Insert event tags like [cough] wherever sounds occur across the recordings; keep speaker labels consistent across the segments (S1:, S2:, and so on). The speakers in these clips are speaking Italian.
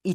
S1: I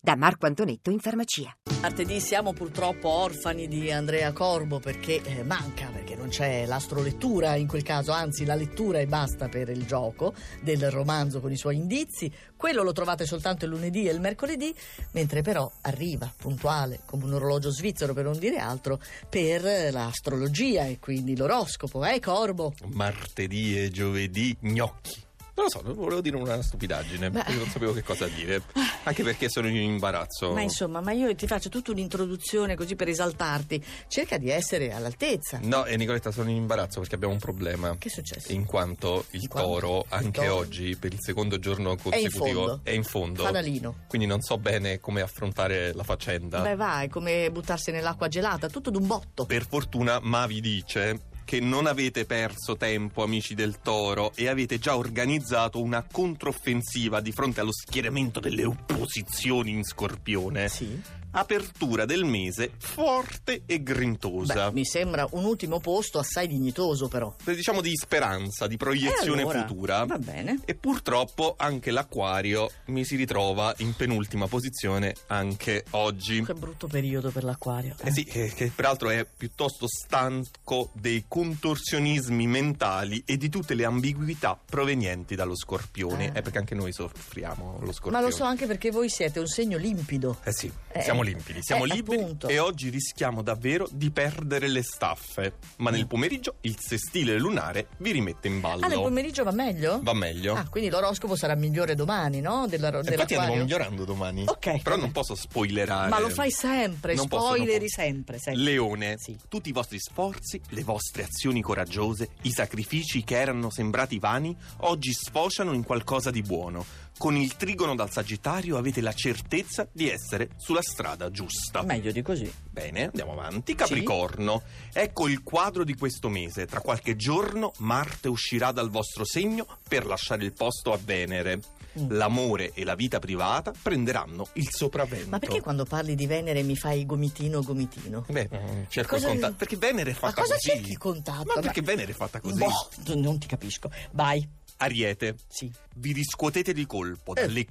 S1: da Marco Antonetto in farmacia.
S2: Martedì siamo purtroppo orfani di Andrea Corbo perché eh, manca, perché non c'è l'astrolettura in quel caso, anzi la lettura e basta per il gioco del romanzo con i suoi indizi. Quello lo trovate soltanto il lunedì e il mercoledì, mentre però arriva puntuale come un orologio svizzero per non dire altro per l'astrologia e quindi l'oroscopo, eh Corbo?
S3: Martedì e giovedì gnocchi. Non lo so, non volevo dire una stupidaggine,
S2: Beh.
S3: perché non sapevo che cosa
S2: [laughs]
S3: dire. Anche perché sono in imbarazzo.
S2: Ma insomma, ma io ti faccio tutta un'introduzione così per esaltarti. Cerca di essere all'altezza.
S3: No, e Nicoletta, sono in imbarazzo perché abbiamo un problema.
S2: Che è successo?
S3: In quanto il
S2: In quanto
S3: toro,
S2: il
S3: anche
S2: toro-
S3: oggi, per il secondo giorno
S2: È in
S3: consecutivo,
S2: fondo.
S3: è in fondo.
S2: Fanalino.
S3: Quindi non so bene come affrontare la faccenda.
S2: Beh, va, è come buttarsi nell'acqua gelata, tutto d'un botto.
S3: Per fortuna Mavi dice che non avete perso tempo, amici del Toro, e avete già organizzato una controffensiva di fronte allo schieramento delle opposizioni in Scorpione.
S2: Sì.
S3: Apertura del mese forte e grintosa.
S2: Beh, mi sembra un ultimo posto assai dignitoso, però.
S3: Diciamo di speranza, di proiezione
S2: E allora?
S3: futura.
S2: Va bene.
S3: E purtroppo anche l'acquario mi si ritrova in penultima posizione anche oggi.
S2: Che brutto periodo per l'acquario.
S3: Eh sì, eh, che peraltro è piuttosto stanco dei contorsionismi mentali e di tutte le ambiguità provenienti dallo scorpione.
S2: Ah.
S3: È perché anche noi soffriamo lo
S2: Ma
S3: scorpione.
S2: lo so anche perché voi siete un segno limpido.
S3: Eh sì,
S2: Eh,
S3: siamo limpidi, siamo
S2: eh,
S3: liberi
S2: appunto.
S3: e oggi rischiamo davvero di perdere le staffe. Ma nel pomeriggio il sestile lunare vi rimette in ballo.
S2: Mm. Ah, nel pomeriggio va meglio?
S3: Va meglio.
S2: Ah, quindi l'oroscopo sarà migliore domani, no? Della,
S3: E infatti andiamo
S2: dell'acquario.
S3: migliorando domani.
S2: Ok.
S3: Però non posso spoilerare.
S2: Ma lo fai sempre,
S3: Non posso, non
S2: spoileri
S3: posso.
S2: sempre, sempre.
S3: Leone,
S2: Sì.
S3: tutti i vostri sforzi, le vostre azioni coraggiose, i sacrifici che erano sembrati vani, oggi sfociano in qualcosa di buono. Con il trigono dal Sagittario avete la certezza di essere sulla strada giusta.
S2: Meglio di così.
S3: Bene, andiamo avanti. Capricorno, ecco il quadro di questo mese. Tra qualche giorno Marte uscirà dal vostro segno per lasciare il posto a Venere.
S2: Mm.
S3: L'amore e la vita privata prenderanno il sopravvento.
S2: Ma perché quando parli di Venere mi fai gomitino gomitino?
S3: Beh, mm, cerco il
S2: Eh, Cosa-
S3: contatto. Perché Venere è
S2: Ma
S3: fatta
S2: cosa
S3: così.
S2: cerchi il contatto?
S3: Ma perché Venere è fatta così?
S2: Boh, non- non ti capisco. Vai,
S3: Ariete,
S2: sì.
S3: vi riscuotete di colpo
S2: Eh.
S3: dalle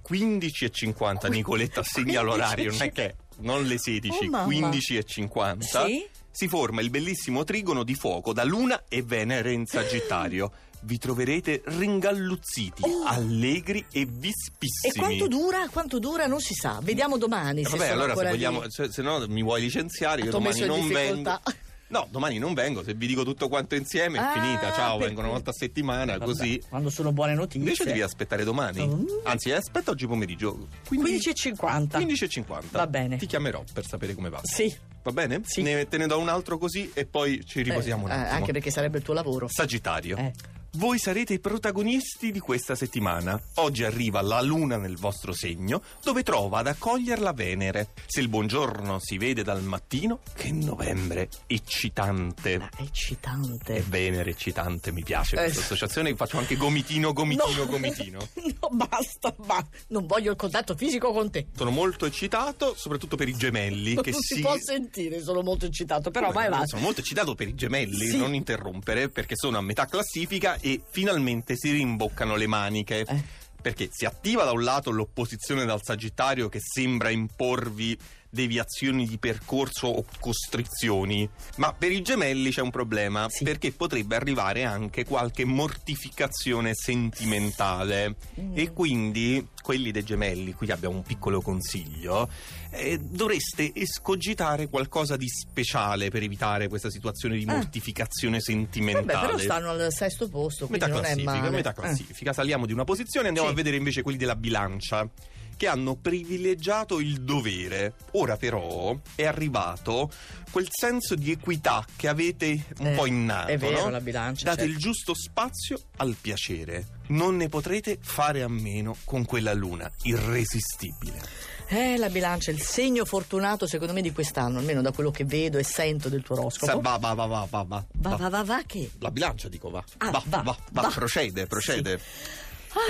S3: 15.50. Nicoletta segna
S2: 15.50.
S3: l'orario, non è che non le 16,
S2: Oh, mamma.
S3: 15.50.
S2: Sì?
S3: Si forma il bellissimo trigono di fuoco da Luna e Venere
S2: [gasps]
S3: in Sagittario. Vi troverete ringalluzziti,
S2: Oh.
S3: allegri e
S2: E
S3: vispissimi. Eh,
S2: quanto dura? Quanto dura? Non si sa. Vediamo domani. se
S3: Vabbè,
S2: sono
S3: allora se
S2: ancora
S3: vogliamo,
S2: lì.
S3: se, se no mi vuoi licenziare, io
S2: T'ho
S3: domani
S2: messo in
S3: non vengo.
S2: difficoltà.
S3: No, domani non vengo, se vi dico tutto quanto insieme è
S2: Ah,
S3: finita, ciao,
S2: per
S3: vengo una
S2: cui-
S3: volta a settimana,
S2: Vabbè,
S3: [laughs] così.
S2: Quando sono buone notizie.
S3: Invece devi aspettare domani.
S2: Mm.
S3: Anzi, aspetta oggi pomeriggio. 15
S2: 15.50.
S3: 15.50.
S2: Va bene.
S3: Ti chiamerò per sapere come va.
S2: Sì.
S3: Va bene?
S2: Sì.
S3: Ne- te ne do un altro così e poi ci riposiamo un
S2: Eh, eh,
S3: attimo.
S2: anche perché sarebbe il tuo lavoro.
S3: Sagittario.
S2: Eh.
S3: Voi sarete i protagonisti di questa settimana. Oggi arriva la luna nel vostro segno, dove trova ad accoglierla Venere. Se il buongiorno si vede dal mattino, che novembre eccitante.
S2: Ma è eccitante.
S3: È Venere eccitante, mi piace
S2: Eh.
S3: questa associazione, faccio anche gomitino, gomitino,
S2: No. [laughs]
S3: gomitino.
S2: No, basta, ma non voglio il contatto fisico con te.
S3: Sono molto eccitato, soprattutto per i gemelli che
S2: non si...
S3: si...
S2: può sentire, sono molto eccitato, però vai avanti.
S3: Sono molto eccitato per i gemelli,
S2: Sì.
S3: non interrompere, perché sono a metà classifica e finalmente si rimboccano le maniche.
S2: Eh.
S3: Perché si attiva da un lato l'opposizione dal Sagittario che sembra imporvi deviazioni di percorso o costrizioni, ma per i gemelli c'è un problema,
S2: Sì.
S3: perché potrebbe arrivare anche qualche mortificazione sentimentale.
S2: Mm.
S3: E quindi quelli dei gemelli, qui abbiamo un piccolo consiglio, eh, dovreste escogitare qualcosa di speciale per evitare questa situazione di
S2: Ah.
S3: mortificazione
S2: Vabbè,
S3: sentimentale.
S2: però stanno al sesto posto, quindi
S3: Metà
S2: non è
S3: classifica,
S2: male. Eh.
S3: metà classifica. Saliamo di una posizione e andiamo
S2: Sì.
S3: a vedere invece quelli della bilancia, che hanno privilegiato il dovere. Ora però è arrivato quel senso di equità che avete un
S2: Eh,
S3: po'
S2: Eh,
S3: innato,
S2: è vero,
S3: no?
S2: la bilancia.
S3: Date
S2: certo.
S3: il giusto spazio al piacere. Non ne potrete fare a meno con quella luna irresistibile.
S2: Eh, la bilancia, il segno fortunato secondo me di quest'anno, almeno da quello che vedo e sento del tuo
S3: Sa-
S2: oroscopo.
S3: va, va, va, va, va, va.
S2: Va, va, va, va, che...
S3: La bilancia, dico, va.
S2: Ah,
S3: va, va, va,
S2: va.
S3: procede, procede.
S2: Sì.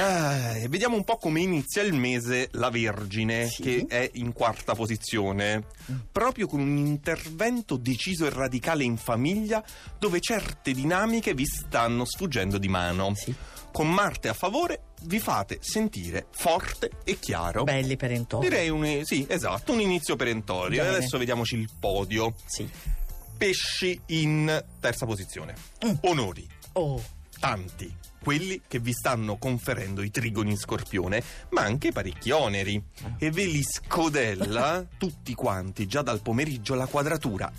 S3: Ah, e vediamo un po' come inizia il mese la Vergine,
S2: Sì.
S3: che è in quarta posizione. Proprio con un intervento deciso e radicale in famiglia, dove certe dinamiche vi stanno sfuggendo di mano.
S2: Sì.
S3: Con Marte a favore, vi fate sentire forte e chiaro.
S2: Belli perentori.
S3: Direi un, sì, esatto, un inizio perentorio. E
S2: Bene.
S3: adesso vediamoci il podio.
S2: Sì.
S3: Pesci in terza posizione.
S2: Mm.
S3: Onori
S2: Oh,
S3: tanti quelli che vi stanno conferendo i trigoni in scorpione, ma anche parecchi oneri. E ve li scodella tutti quanti già dal pomeriggio la quadratura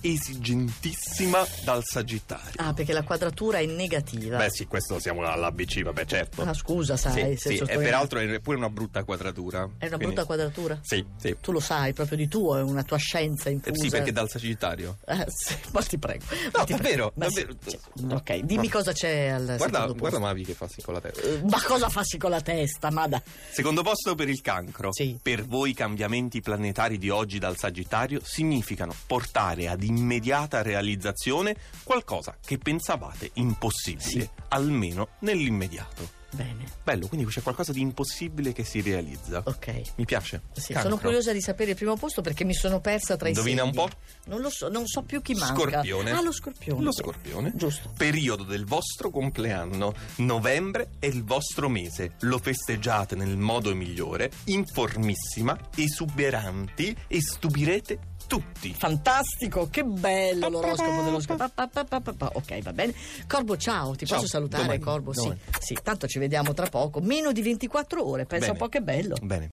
S3: esigentissima dal Sagittario.
S2: ah, perché la quadratura è negativa.
S3: Beh sì, questo siamo all'ABC, vabbè certo.
S2: Ah, scusa, sai,
S3: sì,
S2: se
S3: sì, e
S2: sostengo-
S3: peraltro è pure una brutta quadratura.
S2: È una
S3: quindi-
S2: brutta quadratura?
S3: Sì, sì.
S2: Tu lo sai proprio di tuo, è una tua scienza
S3: Eh,
S2: infusa.
S3: sì, perché dal Sagittario.
S2: Eh, sì, ma ti prego.
S3: No,
S2: ma ti prego.
S3: davvero,
S2: Ma sì,
S3: davvero.
S2: sì. Ok, dimmi cosa c'è al
S3: Guarda,
S2: secondo
S3: guarda
S2: posto.
S3: Mavi che fa sì con la testa.
S2: Eh, ma... cosa fassi con la testa, ma da...
S3: Secondo posto per il cancro.
S2: Sì.
S3: Per voi i cambiamenti planetari di oggi dal Sagittario significano portare ad immediata realizzazione qualcosa che pensavate impossibile,
S2: Sì.
S3: almeno nell'immediato.
S2: Bene,
S3: Bello, quindi c'è qualcosa di impossibile che si realizza.
S2: ok.
S3: Mi piace.
S2: Sì,
S3: Cancro.
S2: sono curiosa di sapere il primo posto perché mi sono persa tra i
S3: Indovina un
S2: segni.
S3: po'.
S2: Non lo so, non so più chi manca.
S3: Scorpione.
S2: Ah, lo scorpione.
S3: Lo scorpione.
S2: Giusto.
S3: Periodo del vostro compleanno. Novembre è il vostro mese. Lo festeggiate nel modo migliore, informissima, esuberanti e stupirete tutti.
S2: Fantastico, che bello l'oroscopo dello scorpione. Pa, pa, pa, pa, pa. Ok, va bene. Corbo, ciao, ti
S3: Ciao,
S2: posso salutare,
S3: domani,
S2: Corbo? Sì,
S3: domani.
S2: sì, tanto ci vediamo tra poco. Meno di 24 ore, pensa
S3: Bene.
S2: un po' che bello.
S3: Bene.